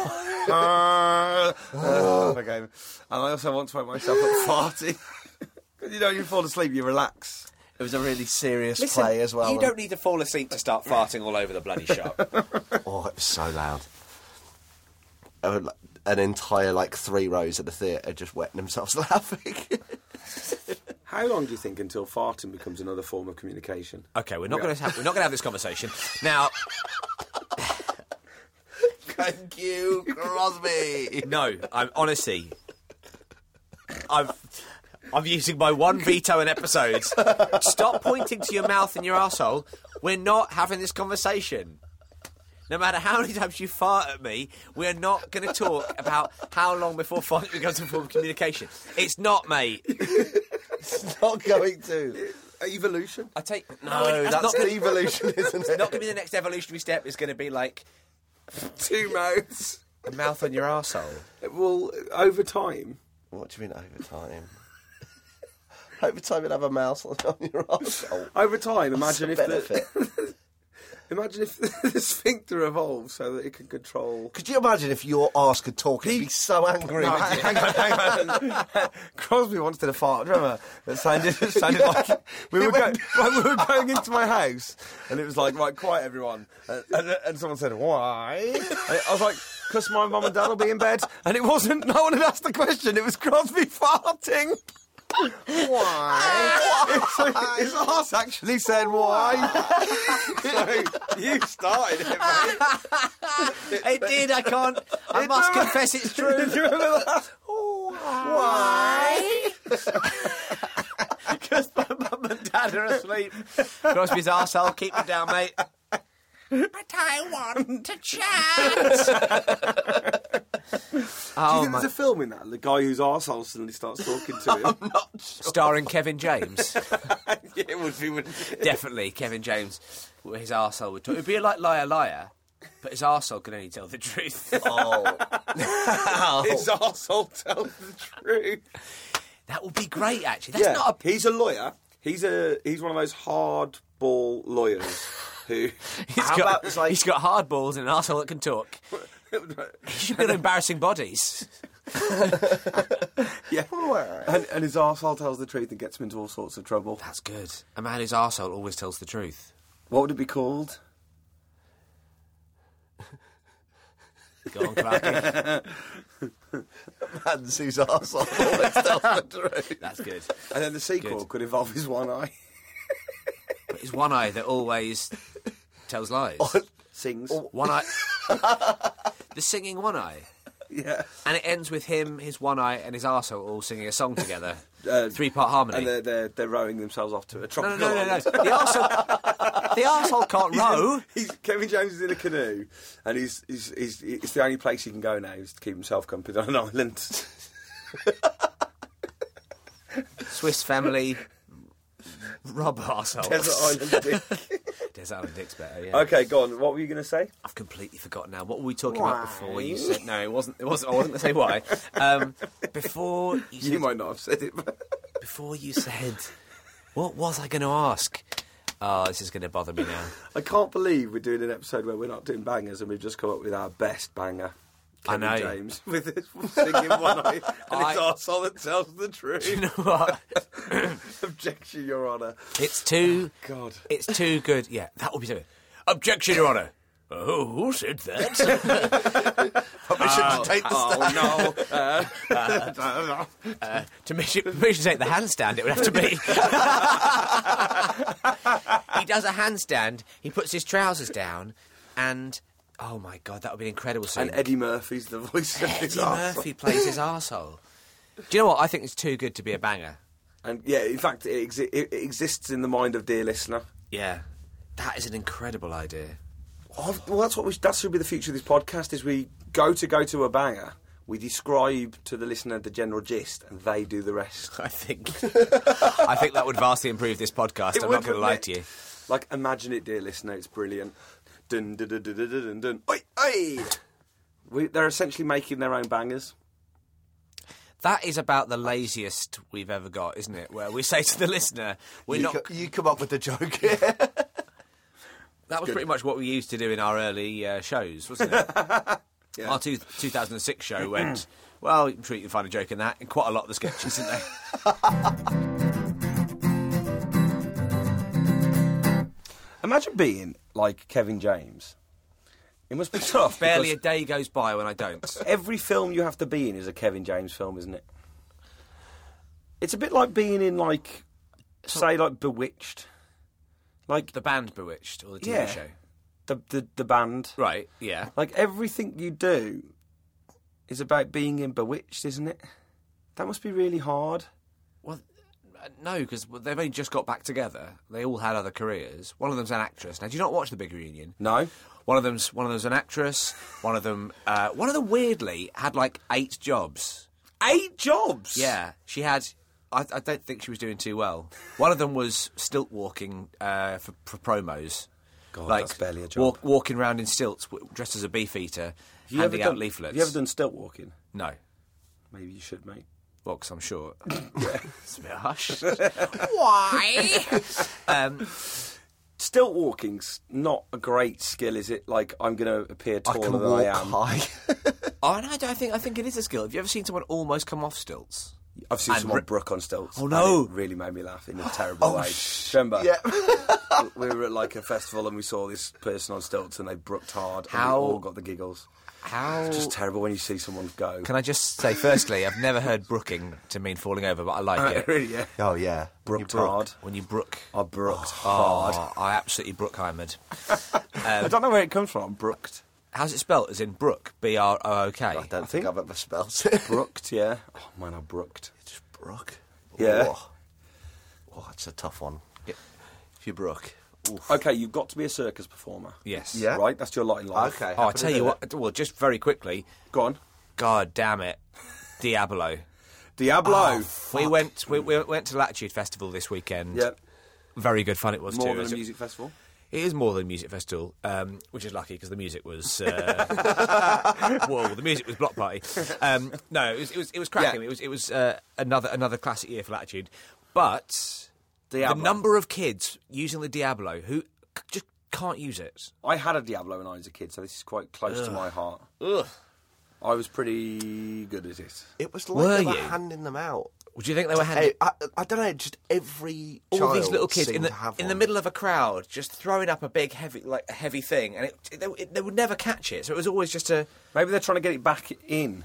Speaker 3: okay. And I also once woke myself up farting. 'Cause you know, you fall asleep, you relax.
Speaker 1: It was a really serious
Speaker 2: Listen,
Speaker 1: play as well.
Speaker 2: You don't need to fall asleep to start farting all over the bloody shop.
Speaker 1: Oh, it was so loud. I would, like, an entire like three rows of the theatre just wetting themselves laughing.
Speaker 3: How long do you think until farting becomes another form of communication?
Speaker 2: okay, we're not going to have we're not going to have this conversation now.
Speaker 1: Thank you, Crosby.
Speaker 2: No, I'm honestly, I've. I'm using my one veto in episodes. Stop pointing to your mouth and your asshole. We're not having this conversation. No matter how many times you fart at me, we're not going to talk about how long before farting becomes a form of communication. It's not, mate.
Speaker 1: not going to.
Speaker 3: Evolution.
Speaker 2: I take no.
Speaker 1: No,
Speaker 2: it's
Speaker 1: that's
Speaker 2: not
Speaker 1: the
Speaker 2: gonna,
Speaker 1: evolution, isn't it?
Speaker 2: not going to be the next evolutionary step. It's going to be like
Speaker 3: Two mouths.
Speaker 2: a mouth on your arsehole.
Speaker 3: Well, over time.
Speaker 1: What do you mean over time? over time, you'd have a mouse on on your arsehole.
Speaker 3: Over time, imagine if
Speaker 1: That's a
Speaker 3: the, imagine if the sphincter evolves so that it can control.
Speaker 1: Could you imagine if your arse could talk? He'd be so angry.
Speaker 3: No,
Speaker 1: with you.
Speaker 3: hang on, hang on. Crosby once did a fart. Remember? That sounded, it sounded like we were, going, right, we were going into my house, and it was like, right, quiet, everyone. And, and, and someone said, why? And I was like, because my mum and dad will be in bed. And it wasn't. No one had asked the question. It was Crosby farting. Why? His- His arse actually said why. so you started it, mate.
Speaker 2: It did. I can't. I must confess, it's true.
Speaker 3: Do you remember that?
Speaker 2: Why? Because my mum and dad are asleep. Crosby's arsehole, keep it down, mate. But I want to chat.
Speaker 3: Do you
Speaker 2: oh,
Speaker 3: think
Speaker 2: my.
Speaker 3: there's a film in that? The guy whose arsehole suddenly starts talking to him.
Speaker 2: Starring Kevin James.
Speaker 3: yeah, it would be. Wouldn't it?
Speaker 2: Definitely, Kevin James, his arsehole would talk. It'd be like Liar Liar, but his arsehole could only tell the truth.
Speaker 1: Oh,
Speaker 3: His arsehole tells the truth.
Speaker 2: That would be great, actually. That's not a.
Speaker 3: he's a lawyer. He's a he's one of those hardball lawyers who.
Speaker 2: He's
Speaker 1: How
Speaker 2: got,
Speaker 1: about, like-
Speaker 2: he's got hard balls and an arsehole that can talk. He should be on embarrassing bodies.
Speaker 3: yeah. And, and his arsehole tells the truth and gets him into all sorts of trouble.
Speaker 2: That's good. A man whose arsehole always tells the truth.
Speaker 3: What would it be called?
Speaker 2: Go on, Clarky.
Speaker 1: hands whose arsehole always tells the truth.
Speaker 2: That's good.
Speaker 3: And then the sequel
Speaker 2: Good.
Speaker 3: could involve his one eye.
Speaker 2: But it's one eye that always tells lies.
Speaker 1: Oh.
Speaker 3: Sings.
Speaker 2: One eye. the singing one eye.
Speaker 3: Yeah.
Speaker 2: And it ends with him, his one eye, and his arsehole all singing a song together.
Speaker 1: Uh,
Speaker 2: Three part harmony.
Speaker 3: And they're, they're, they're rowing themselves off to a
Speaker 2: No,
Speaker 3: tropical
Speaker 2: no, no, no, Oh? no.
Speaker 3: island.
Speaker 2: The arsehole, the arsehole can't row.
Speaker 3: He's, Kevin James is in a canoe, and he's, he's, he's, it's the only place he can go now is to keep himself company on an island.
Speaker 2: Swiss family. Rob arsehole.
Speaker 3: Desert Island Dick.
Speaker 2: Desert Island Dick's better, yeah.
Speaker 3: okay, go on. What were you going to say?
Speaker 2: I've completely forgotten now. What were we talking about before you said? No, it wasn't. It wasn't. I wasn't going to say why. Um, before you,
Speaker 3: You
Speaker 2: said,
Speaker 3: might not have said it, but
Speaker 2: before you said, what was I going to ask? Oh, this is going to bother me now.
Speaker 3: I can't believe we're doing an episode where we're not doing bangers and we've just come up with our best banger.
Speaker 2: I
Speaker 3: Kevin
Speaker 2: know.
Speaker 3: James with his singing one eye and
Speaker 2: I-
Speaker 3: his arsehole that tells the
Speaker 2: You
Speaker 3: truth.
Speaker 2: know what?
Speaker 3: Objection, Your Honour.
Speaker 2: It's too.
Speaker 3: God.
Speaker 2: It's too good. Yeah, that will be too. Objection, Your Honour. Oh, who said that?
Speaker 1: Probably shouldn't take the step.
Speaker 3: Oh Uh, no!
Speaker 2: to permission, permission to take the handstand, it would have to be. he does a handstand. He puts his trousers down, and oh my god, that would be an incredible scene.
Speaker 3: and Eddie Murphy's the voice of his
Speaker 2: Eddie
Speaker 3: arsehole.
Speaker 2: Murphy plays his arsehole. Do you know what? I think it's too good to be a banger.
Speaker 3: And yeah, in fact, it, exi- it it exists in the mind of dear listener.
Speaker 2: Yeah. That is an incredible idea.
Speaker 3: Oh, well, that's what we, that should be the future of this podcast: is we go to go to a banger, we describe to the listener the general gist, and they do the rest.
Speaker 2: I think. I think that would vastly improve this podcast.
Speaker 3: It
Speaker 2: I'm
Speaker 3: would,
Speaker 2: not going to
Speaker 3: wouldn't
Speaker 2: lie
Speaker 3: it?
Speaker 2: to you.
Speaker 3: Like, imagine it, dear listener. It's brilliant. Dun dun dun dun dun dun dun. Oi, oi. We, they're essentially making their own bangers.
Speaker 2: That is about the laziest we've ever got, isn't it? Where we say to the listener, "We're
Speaker 1: You,
Speaker 2: not."
Speaker 1: co- you come up with the joke here.
Speaker 2: That was pretty much what we used to do in our early uh, shows, wasn't it? Our two, 2006 show went. Well, I'm sure you can find a joke in that. In quite a lot of the sketches, isn't there?
Speaker 3: Imagine being like Kevin James. It must be tough.
Speaker 2: Barely a
Speaker 3: because
Speaker 2: day goes by when I don't.
Speaker 3: every film you have to be in is a Kevin James film, isn't it? It's a bit like being in like, say, like Bewitched, like
Speaker 2: The band Bewitched or the TV
Speaker 3: Yeah.
Speaker 2: show.
Speaker 3: the the, the band.
Speaker 2: Right, yeah.
Speaker 3: Like everything you do is about being in Bewitched, isn't it? That must be really hard.
Speaker 2: Well, uh, no, because they've only just got back together. They all had other careers. One of them's an actress. Now, do you not watch the big reunion?
Speaker 3: No.
Speaker 2: One of them's one of them's an actress. One of them, uh, one of them, weirdly had like eight jobs.
Speaker 3: Eight jobs.
Speaker 2: Yeah, she had. I, I don't think she was doing too well. One of them was stilt walking uh, for, for promos.
Speaker 3: God, that's barely a job.
Speaker 2: Walk, walking around in stilts, w- dressed as a beefeater,
Speaker 3: Have you ever
Speaker 2: handing out
Speaker 3: done,
Speaker 2: leaflets.
Speaker 3: Have you ever done stilt walking?
Speaker 2: No.
Speaker 3: Maybe you should, mate.
Speaker 2: Well, 'cause I'm short. it's a bit harsh. Why? um,
Speaker 3: Stilt walking's not a great skill, is it? Like I'm going to appear
Speaker 1: I
Speaker 3: taller
Speaker 1: can
Speaker 3: than
Speaker 1: walk
Speaker 3: I am.
Speaker 1: high.
Speaker 2: oh, no, I, don't, I think I think it is a skill. Have you ever seen someone almost come off stilts?
Speaker 3: I've seen
Speaker 2: And
Speaker 3: someone
Speaker 2: re-
Speaker 3: brook on stilts.
Speaker 2: Oh,
Speaker 3: and
Speaker 2: no. Oh,
Speaker 3: it really made me laugh in a terrible way. Remember?
Speaker 1: yeah.
Speaker 3: we were at like a festival and we saw this person on stilts and they brooked hard.
Speaker 2: How-
Speaker 3: And we all got the giggles.
Speaker 2: How?
Speaker 3: It's just terrible when you see someone go.
Speaker 2: Can I just say, firstly, I've never heard brooking to mean falling over, but I like it.
Speaker 3: really? Yeah.
Speaker 1: Oh yeah.
Speaker 3: Brooked
Speaker 1: brook.
Speaker 3: hard.
Speaker 2: When you brook.
Speaker 3: I brooked hard.
Speaker 2: Oh, I absolutely brookheimered.
Speaker 3: I don't know where it comes from. Brooked.
Speaker 2: How's it spelt? As in brook, B R O O K.
Speaker 1: I don't think,
Speaker 3: think-
Speaker 1: I've ever spelled it.
Speaker 3: Brooked, yeah. Oh, man, I brooked.
Speaker 1: Just brook.
Speaker 3: Yeah.
Speaker 1: Oh, oh that's a tough one. If you brook. Oof.
Speaker 3: Okay, you've got to be a circus performer.
Speaker 2: Yes.
Speaker 1: Yeah.
Speaker 3: Right? That's your lot in life.
Speaker 1: Okay.
Speaker 2: Oh, I
Speaker 1: happy to
Speaker 2: tell
Speaker 1: do
Speaker 2: you
Speaker 1: that.
Speaker 2: what. Well, just very quickly.
Speaker 3: Go on.
Speaker 2: God damn it, Diablo. Oh,
Speaker 3: Diablo.
Speaker 2: we went. We, we went to Latitude Festival this weekend.
Speaker 3: yeah.
Speaker 2: Very good fun it was
Speaker 3: More
Speaker 2: too.
Speaker 3: than
Speaker 2: It's-
Speaker 3: a music festival.
Speaker 2: It is more than a music festival, um, which is lucky because the music was. Uh, whoa, the music was block party. Um, no, it was it was, it was cracking.
Speaker 3: Yeah.
Speaker 2: It was it was uh, another another classic year for Latitude, but
Speaker 3: Diablo.
Speaker 2: the number of kids using the Diablo who c- just can't use it.
Speaker 3: I had a Diablo when I was a kid, so this is quite close to my heart. Ugh. I was pretty good at it.
Speaker 1: It was
Speaker 2: Were
Speaker 1: like they were
Speaker 2: you?
Speaker 1: handing them out.
Speaker 2: Would you think they were handing
Speaker 1: Hey, I, I don't know. Just every
Speaker 2: all
Speaker 1: child
Speaker 2: these little kids
Speaker 1: seemed
Speaker 2: in the
Speaker 1: to have
Speaker 2: in the
Speaker 1: one.
Speaker 2: middle of a crowd just throwing up a big heavy like a heavy thing, and it, it, they, it, they would never catch it. So it was always just a
Speaker 3: Maybe they're trying to get it back in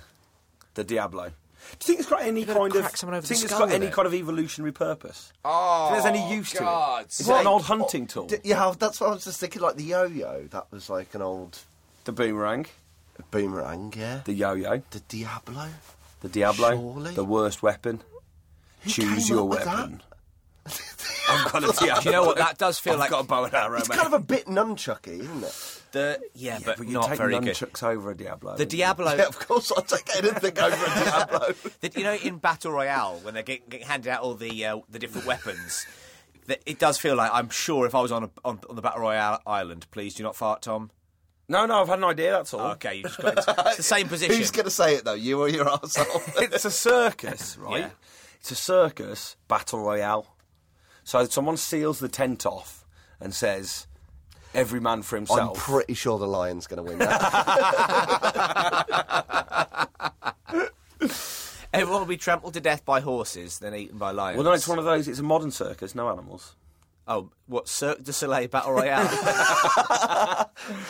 Speaker 3: the Diablo. Do you think it's got any
Speaker 2: gotta
Speaker 3: kind of?
Speaker 2: crack someone over
Speaker 3: do
Speaker 2: the
Speaker 3: you think
Speaker 2: skull
Speaker 3: it's got
Speaker 2: with
Speaker 3: any
Speaker 2: it.
Speaker 3: kind of evolutionary purpose?
Speaker 2: oh,
Speaker 3: Do you think there's any use
Speaker 2: God.
Speaker 3: to it? Is it an old hunting tool?
Speaker 1: D- yeah, that's what I was just thinking. Like the yo-yo, that was like an old
Speaker 3: the boomerang,
Speaker 1: boomerang. Yeah,
Speaker 3: the yo-yo,
Speaker 1: the Diablo.
Speaker 3: the Diablo,
Speaker 1: Surely.
Speaker 3: the worst weapon. Choose
Speaker 1: came
Speaker 3: your
Speaker 1: up with that?
Speaker 3: weapon. I've got a Diablo.
Speaker 2: Do you know what that does feel
Speaker 3: I've
Speaker 2: like?
Speaker 3: got a bow and arrow.
Speaker 1: It's
Speaker 3: mate.
Speaker 1: kind of a bit nunchucky, isn't it?
Speaker 2: The yeah,
Speaker 3: yeah,
Speaker 2: but,
Speaker 3: but you
Speaker 2: not
Speaker 3: take
Speaker 2: very good.
Speaker 3: nunchucks over a Diablo.
Speaker 2: The
Speaker 3: wouldn't you?
Speaker 2: Diablo,
Speaker 1: Yeah, of course, I'll take anything over a Diablo.
Speaker 2: that you know, in battle royale when they're getting, getting handed out all the uh, the different weapons, that it does feel like I'm sure if I was on a, on, on the battle royale island, please do not fart, Tom.
Speaker 3: No, no, I've had an idea. That's all.
Speaker 2: Okay, you just got into, it's the same position.
Speaker 1: Who's going to say it though? You or your arsehole?
Speaker 3: it's a circus, right?
Speaker 2: Yeah.
Speaker 3: It's a circus battle royale. So someone seals the tent off and says, "Every man for
Speaker 1: I'm
Speaker 3: himself."
Speaker 1: pretty sure the lion's going to win that.
Speaker 2: Everyone will be trampled to death by horses, then eaten by lions.
Speaker 3: well, no, it's one of those. It's a modern circus, no animals.
Speaker 2: Oh, what Cirque du Soleil battle royale?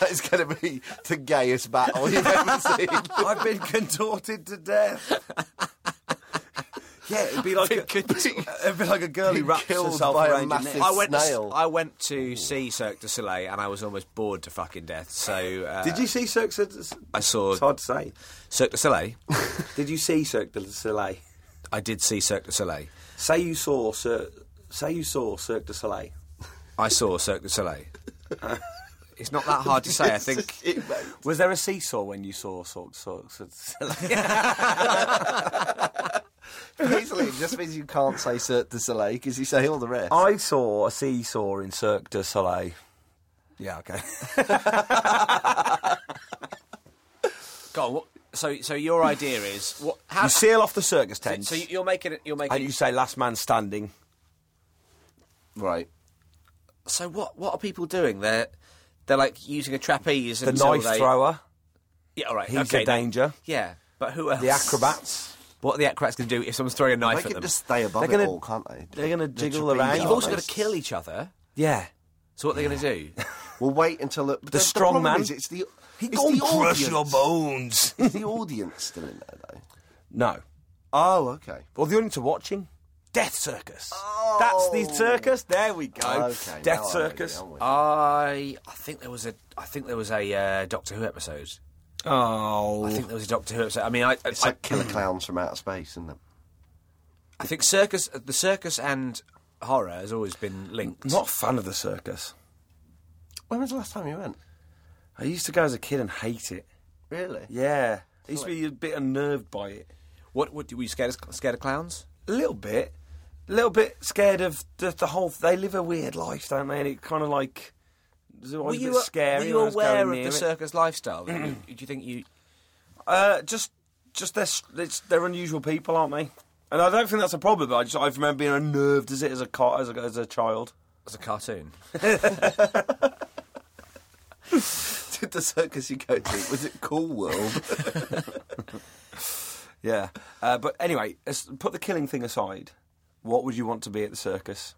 Speaker 1: That's going to be the gayest battle you've ever seen.
Speaker 3: I've been contorted to death. yeah, it'd be like a, it'd be like a girl who
Speaker 1: Been
Speaker 3: wraps
Speaker 1: killed
Speaker 3: herself
Speaker 1: by a
Speaker 3: around your
Speaker 1: massive-
Speaker 3: neck.
Speaker 2: I went.
Speaker 1: Snail.
Speaker 2: To, I went to see Cirque du Soleil, and I was almost bored to fucking death. So uh,
Speaker 3: Did you see Cirque? du-
Speaker 2: I saw
Speaker 3: It's hard to say.
Speaker 2: Cirque du Soleil.
Speaker 3: Did you see Cirque du Soleil?
Speaker 2: I did see Cirque du Soleil.
Speaker 3: Say you saw Sir, say you saw Cirque du Soleil.
Speaker 2: I saw Cirque du Soleil. it's not that hard to say. I think
Speaker 3: Was there a seesaw when you saw Cirque du Soleil?
Speaker 1: Basically, it just means you can't say Cirque du Soleil because you say all the rest.
Speaker 3: I saw a seesaw in Cirque du Soleil. Yeah, okay.
Speaker 2: Go on. What, so, so your idea is what? How,
Speaker 3: you seal off the circus tent,
Speaker 2: so you're making it. You're making.
Speaker 3: and you say "Last Man Standing."
Speaker 1: right.
Speaker 2: so what? What are people doing? They're they're like using a trapeze.
Speaker 3: The
Speaker 2: until
Speaker 3: knife
Speaker 2: they-
Speaker 3: thrower,
Speaker 2: Yeah, all right.
Speaker 3: he's
Speaker 2: okay,
Speaker 3: a danger.
Speaker 2: Yeah, but who else?
Speaker 3: The acrobats.
Speaker 2: What are the acrobats going to do if someone's throwing a
Speaker 1: They
Speaker 2: knife at
Speaker 1: can
Speaker 2: them?
Speaker 1: just stay above
Speaker 3: They're
Speaker 1: it
Speaker 3: gonna-
Speaker 1: all, can't they?
Speaker 3: They're going to
Speaker 1: The
Speaker 3: jiggle
Speaker 1: trapeze
Speaker 3: around.
Speaker 2: You've also got
Speaker 1: artists.
Speaker 2: to kill each other.
Speaker 3: Yeah.
Speaker 2: So what are they going to do?
Speaker 1: We'll wait until it, the,
Speaker 3: strong
Speaker 1: problem
Speaker 3: man.
Speaker 1: Is it's the
Speaker 3: He
Speaker 1: it's
Speaker 3: gonna
Speaker 1: the audience.
Speaker 3: bones.
Speaker 1: Is the audience still in there though?
Speaker 3: no.
Speaker 1: Oh, okay.
Speaker 3: Well, the audience are watching. Death Circus. That's
Speaker 2: Oh.
Speaker 3: the circus. There we go.
Speaker 1: Okay. now
Speaker 3: Death
Speaker 1: I'm
Speaker 3: Circus.
Speaker 1: with you, I'm with you.
Speaker 2: I I think there was a I think there was a uh, Doctor Who episode.
Speaker 3: Oh.
Speaker 2: I think there was a Doctor Who episode. I mean, I I,
Speaker 1: It's like killer clowns from outer space, isn't it?
Speaker 2: I think circus, the circus and horror has always been linked.
Speaker 3: Not a fan of the circus.
Speaker 1: When was the last time you went?
Speaker 3: I used to go as a kid and hate it.
Speaker 1: Really?
Speaker 3: Yeah. I used to be a bit unnerved by it.
Speaker 2: What, what were you scared of, scared of clowns?
Speaker 3: A little bit. A little bit scared of the, the whole. They live a weird life, don't they? And it kind of like. it was always a bit
Speaker 2: a-
Speaker 3: scary
Speaker 2: were
Speaker 3: when
Speaker 2: you
Speaker 3: I was going
Speaker 2: aware of
Speaker 3: near
Speaker 2: the
Speaker 3: it.
Speaker 2: circus lifestyle? that you- Do you think you?
Speaker 3: Uh, just, just they're s- it's, they're unusual people, aren't they? And I don't think that's a problem. But I just I remember being unnerved as it as a co- as a, as a child.
Speaker 2: As a cartoon,
Speaker 1: Did the circus you go to was it Cool World?
Speaker 3: Yeah. Uh, but anyway, as, put the killing thing aside. What would you want to be at the circus?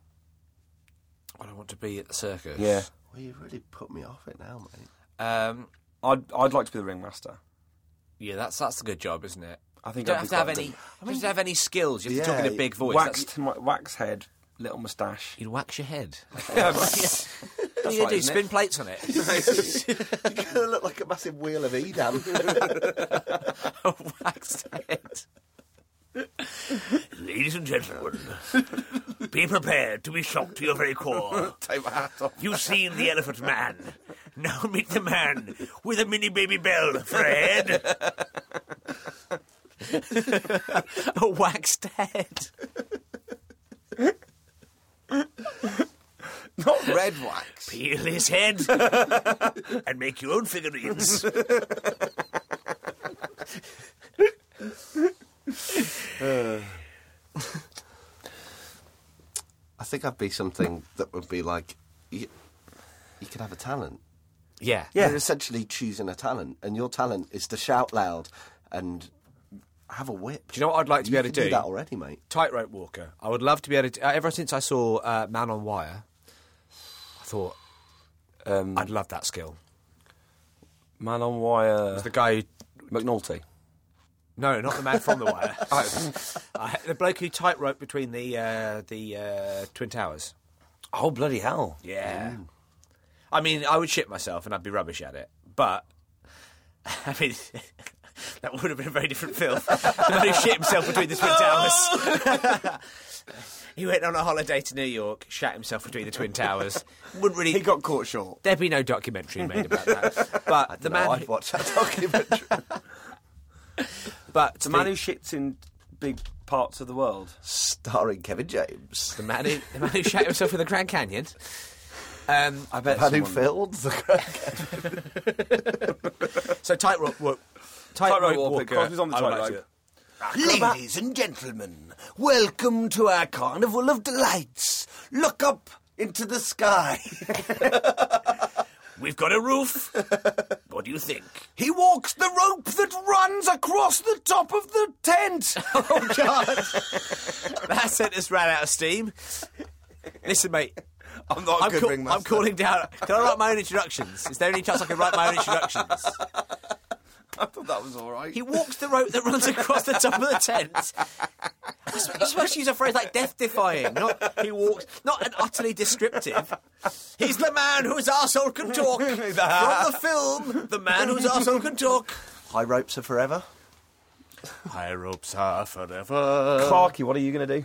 Speaker 2: I don't want to be at the circus.
Speaker 3: Yeah.
Speaker 1: well, you really put me off it now, mate.
Speaker 2: Um,
Speaker 3: I'd I'd like to be the ringmaster.
Speaker 2: yeah, that's that's a good job, isn't it?
Speaker 3: I think
Speaker 2: you don't have
Speaker 3: I'd be
Speaker 2: to have
Speaker 3: quite
Speaker 2: any.
Speaker 3: good.
Speaker 2: you don't have to have any skills. You have to
Speaker 1: yeah,
Speaker 2: talk in a big voice. That's-
Speaker 3: Waxed my, wax head, little moustache.
Speaker 2: You'd wax your head.
Speaker 3: Yeah,
Speaker 2: What are you going to
Speaker 3: right,
Speaker 2: do?
Speaker 3: isn't it?
Speaker 2: Spin plates on it?
Speaker 1: You're going to look like a massive wheel of Edam.
Speaker 2: A waxed head.
Speaker 5: Ladies and gentlemen, be prepared to be shocked to your very core.
Speaker 1: Take my hat off.
Speaker 5: You've seen the Elephant Man. Now meet the man with a mini baby bell for a head.
Speaker 2: A waxed head.
Speaker 3: not red wax.
Speaker 5: Peel his head and make your own figurines.
Speaker 1: I think I'd be something that would be like you, you could have a talent.
Speaker 2: Yeah.
Speaker 3: Yeah.
Speaker 1: You're essentially choosing a talent, and your talent is to shout loud and have a whip.
Speaker 2: Do you know what I'd like to be
Speaker 1: You
Speaker 2: able to
Speaker 1: can
Speaker 2: do?
Speaker 1: that already, mate.
Speaker 2: tightrope walker. I would love to be able to. Uh, ever since I saw uh, Man on Wire, I thought
Speaker 3: Um,
Speaker 2: I'd love that skill.
Speaker 3: man on wire.
Speaker 2: The guy, who,
Speaker 3: McNulty.
Speaker 2: no, not the man from the Wire. I, the bloke who tightrope between the uh, the uh, twin towers.
Speaker 3: Oh bloody hell!
Speaker 2: Yeah. I mean, I would shit myself and I'd be rubbish at it, but I mean. That would have been a very different film. the man who shit himself between the twin towers. he went on a holiday to New York, shat himself between the twin towers. Wouldn't really.
Speaker 3: He got caught short.
Speaker 2: There'd be no documentary made about that. But the man,
Speaker 1: No, I'd
Speaker 2: who-
Speaker 1: watch that documentary.
Speaker 2: but
Speaker 3: The man who shits in big parts of the world.
Speaker 1: Starring Kevin James.
Speaker 2: the man who, the man who shot himself in the Grand Canyon. Um,
Speaker 3: I bet
Speaker 1: Man who
Speaker 3: someone-
Speaker 1: filmed the crack.
Speaker 2: so tightrope walk, tightrope
Speaker 3: Tightrope
Speaker 2: walker.
Speaker 3: walker. Crosby's on the
Speaker 2: I would like
Speaker 3: tightrope.
Speaker 2: to-
Speaker 4: Ladies and gentlemen, welcome to our carnival of delights. Look up into the sky.
Speaker 5: We've got a roof. What do you think?
Speaker 4: He walks the rope that runs across the top of the tent.
Speaker 2: Oh, That sentence ran out of steam. Listen, mate.
Speaker 4: I'm not a
Speaker 2: I'm,
Speaker 4: good
Speaker 2: call-
Speaker 4: ringmaster.
Speaker 2: I'm calling down. Can I write my own introductions? Is there any chance I can write my own introductions?
Speaker 3: I thought that was all right.
Speaker 2: He walks the rope that runs across the top of the tent. You're supposed to use a phrase like death defying, not he walks, not an utterly descriptive. He's the man whose arsehole can talk. From the film, the man whose arsehole can talk.
Speaker 1: High ropes are forever.
Speaker 5: High ropes are forever.
Speaker 3: Clarky, what are you going to do?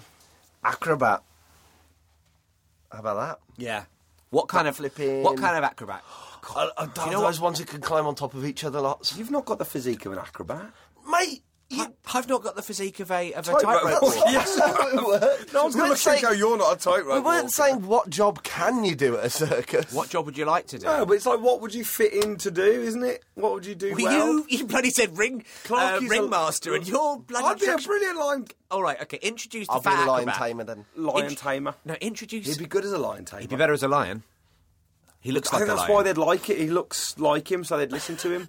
Speaker 1: Acrobat. How about
Speaker 2: Yeah. What kind of
Speaker 1: Backflipping.
Speaker 2: What kind of acrobat?
Speaker 1: that? I, I don't know those ones who can climb on top of each other lots.
Speaker 3: You've not got the physique of an acrobat.
Speaker 1: Mate, you.
Speaker 2: I, have not got the physique of a of a
Speaker 1: Tightrope
Speaker 2: tightrope
Speaker 3: Oh,
Speaker 1: walk.
Speaker 2: walker.
Speaker 1: Yes, no
Speaker 3: one's gonna look at you and go, "You're not a tightrope
Speaker 1: We
Speaker 3: walker."
Speaker 1: weren't saying what job can you do at a circus.
Speaker 2: What job would you like to do?
Speaker 3: No, but it's like, what would you fit in to do, isn't it? What would you do
Speaker 2: Well,
Speaker 3: well?
Speaker 2: you you bloody said ring
Speaker 3: Clark
Speaker 2: uh,
Speaker 3: is a-
Speaker 2: ringmaster, and you're bloody.
Speaker 3: I'd be a
Speaker 2: attraction-
Speaker 3: brilliant lion,
Speaker 2: All right, okay. Introduce the
Speaker 1: I'll be
Speaker 2: fat
Speaker 1: the lion
Speaker 2: acrobat.
Speaker 1: tamer then.
Speaker 3: lion
Speaker 2: Int-
Speaker 3: tamer.
Speaker 2: No, introduce.
Speaker 3: He'd be good as a lion tamer.
Speaker 2: He'd be better as a lion. He looks
Speaker 3: I
Speaker 2: like
Speaker 3: think
Speaker 2: a
Speaker 3: that's
Speaker 2: lion.
Speaker 3: why they'd like it. He looks like him, so they'd listen to him.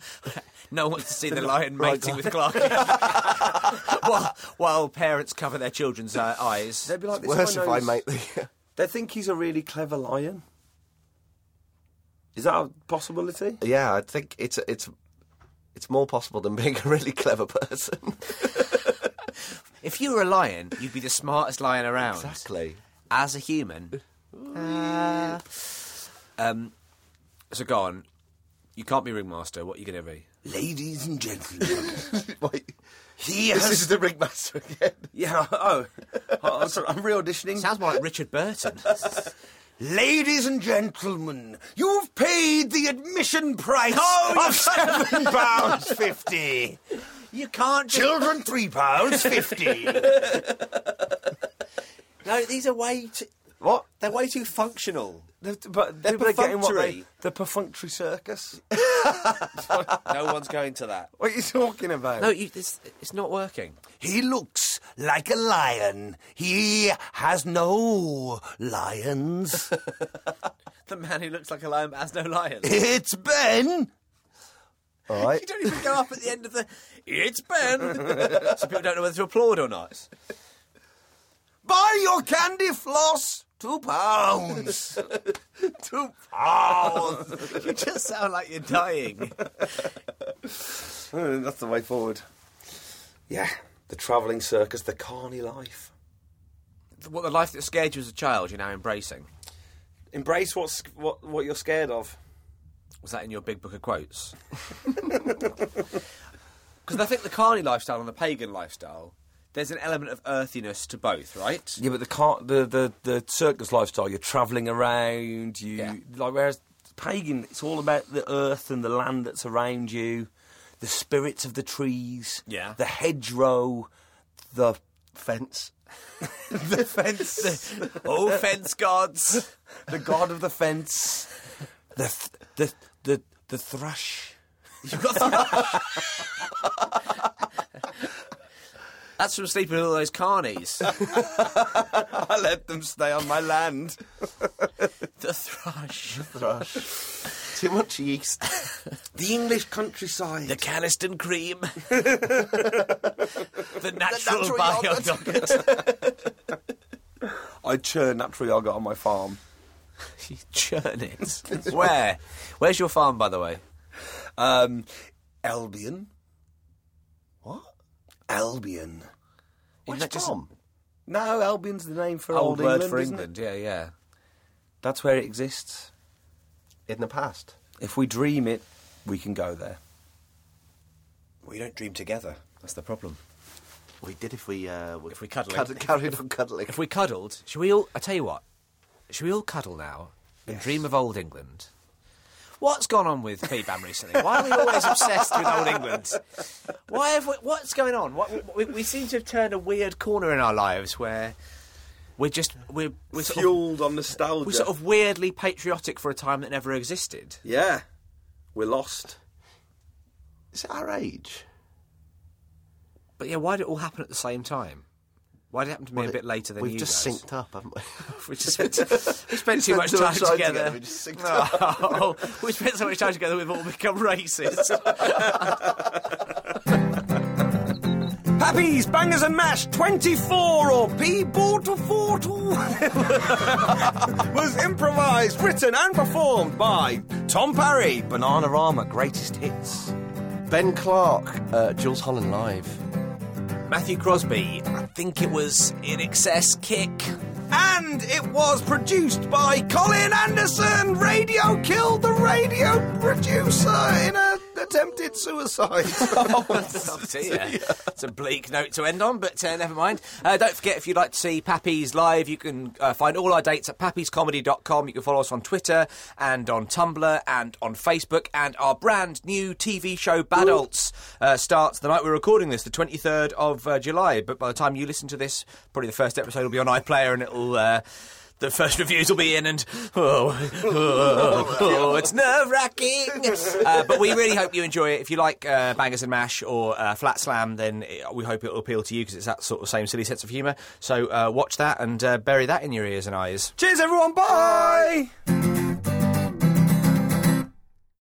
Speaker 2: No one wants to see the lion mating with Clark. while, while parents cover their children's uh, eyes.
Speaker 3: They'd be like, this
Speaker 1: Worse
Speaker 3: guy
Speaker 1: if I
Speaker 3: knows-
Speaker 1: make the.
Speaker 3: They think he's a really clever lion. Is that a possibility?
Speaker 1: yeah, I think it's it's it's more possible than being a really clever person.
Speaker 2: If you were a lion, you'd be the smartest lion around.
Speaker 1: exactly.
Speaker 2: As a human, uh, um, so go on. You can't be ringmaster. What are you going to be?
Speaker 3: Ladies and gentlemen.
Speaker 1: Wait,
Speaker 3: he
Speaker 1: this
Speaker 3: has.
Speaker 1: is the ringmaster again.
Speaker 3: Yeah, oh. oh, I'm, sorry, I'm re auditioning.
Speaker 2: Sounds more like Richard Burton.
Speaker 4: Ladies and gentlemen, you've paid the admission price
Speaker 1: Oh,
Speaker 4: of seven pounds fifty.
Speaker 2: you can't. Just,
Speaker 4: Children three pounds fifty.
Speaker 2: no, these are way too.
Speaker 3: What?
Speaker 2: They're way too functional.
Speaker 3: but people are getting what
Speaker 2: perfunctory.
Speaker 3: they. The perfunctory circus?
Speaker 2: no one's going to that.
Speaker 3: What are you talking about?
Speaker 2: No, you, it's, it's not working.
Speaker 4: he looks like a lion. He has no lions.
Speaker 2: The man who looks like a lion but has no lion.
Speaker 4: It's Ben.
Speaker 1: All right.
Speaker 2: You don't even go up at the end of the. It's Ben. so people don't know whether to applaud or not.
Speaker 4: Buy your candy floss. Two pounds. Two pounds.
Speaker 2: You just sound like you're dying.
Speaker 3: Uh, That's the way forward. Yeah, the travelling circus, the carny life.
Speaker 2: what the life that scared you as a child, you're now embracing.
Speaker 3: Embrace what's, what what you're scared of.
Speaker 2: Was that in your big book of quotes? Because I think the carny lifestyle and the pagan lifestyle, there's an element of earthiness to both, right?
Speaker 3: Yeah, but the car, the, the the circus lifestyle. You're travelling around. You
Speaker 2: Yeah.
Speaker 3: like whereas pagan, it's all about the earth and the land that's around you, the spirits of the trees.
Speaker 2: Yeah.
Speaker 3: the hedgerow, the
Speaker 1: Fence.
Speaker 3: the fence,
Speaker 2: oh, fence gods.
Speaker 3: the god of the fence, the th- the the the thrush.
Speaker 2: You've got thrush. That's from sleeping with all those carnies.
Speaker 3: I let them stay on my land.
Speaker 2: the thrush.
Speaker 1: Thrush. Too much yeast.
Speaker 3: The English countryside.
Speaker 2: The Caniston cream. the natural,
Speaker 1: natural
Speaker 2: bio
Speaker 1: yogurt.
Speaker 2: yogurt.
Speaker 3: I churn natural yogurt on my farm.
Speaker 2: you churn it. Where? Where's your farm, by the way?
Speaker 3: Um, Albion. What? Albion.
Speaker 2: Where's that just
Speaker 1: Tom.
Speaker 3: No, Albion's the name for
Speaker 2: Old
Speaker 3: old,
Speaker 2: word
Speaker 3: England,
Speaker 2: for
Speaker 3: isn't it?
Speaker 2: England. Yeah, yeah.
Speaker 3: That's where it exists.
Speaker 1: In the past.
Speaker 3: If we dream it, we can go there.
Speaker 2: We don't dream together. That's the problem.
Speaker 1: We did if we uh,
Speaker 2: If we cuddling.
Speaker 1: cud- carried on cuddling.
Speaker 2: If we cuddled, should we all? I tell you what. Should we all cuddle now and dream of old England? What's gone on with PBAM recently? Why are we always obsessed with old England? Why have we, what's going on? What, we, we seem to have turned a weird corner in our lives where we're just we're, we're sort of
Speaker 3: Fueled on nostalgia.
Speaker 2: We're sort of weirdly patriotic for a time that never existed.
Speaker 3: yeah, we're lost.
Speaker 1: Is it our age?
Speaker 2: But yeah, why did it all happen at the same time? Why did it happen to me a bit later than
Speaker 1: We've
Speaker 2: you
Speaker 1: just
Speaker 2: guys?
Speaker 1: synced up, haven't we?
Speaker 2: We just spent, we spent too
Speaker 1: spent
Speaker 2: much
Speaker 1: too
Speaker 2: time
Speaker 1: much time
Speaker 2: together.
Speaker 1: together, we just synced
Speaker 2: Oh, we spent so much time together, we've all become racist.
Speaker 4: Pappies, bangers and mash, 24 or people to 4 to was improvised, written and performed by Tom Parry, Banana Rama Greatest Hits.
Speaker 1: ben Clark, uh, Jules Holland Live.
Speaker 2: Matthew Crosby, I think it was in excess kick.
Speaker 4: And it was produced by Colin Anderson. Radio killed the radio producer in a, a
Speaker 1: attempted suicide.
Speaker 2: See ya. It's a bleak note to end on, but uh, never mind. Uh, don't forget, if you'd like to see Pappy's live, you can uh, find all our dates at pappy'scomedy.com. You can follow us on Twitter and on Tumblr and on Facebook. And our brand new TV show, Badults, uh, starts the night we're recording this, the 23rd of uh, July. But by the time you listen to this, probably the first episode will be on iPlayer and it'll. Uh, the first reviews will be in, and oh, oh, oh, it's nerve wracking. Uh, but we really hope you enjoy it. If you like uh, Bangers and Mash or uh, Flat Slam, then it, we hope it'll appeal to you because it's that sort of same silly sense of humour. So uh, watch that and uh, bury that in your ears and eyes.
Speaker 3: Cheers, everyone. Bye.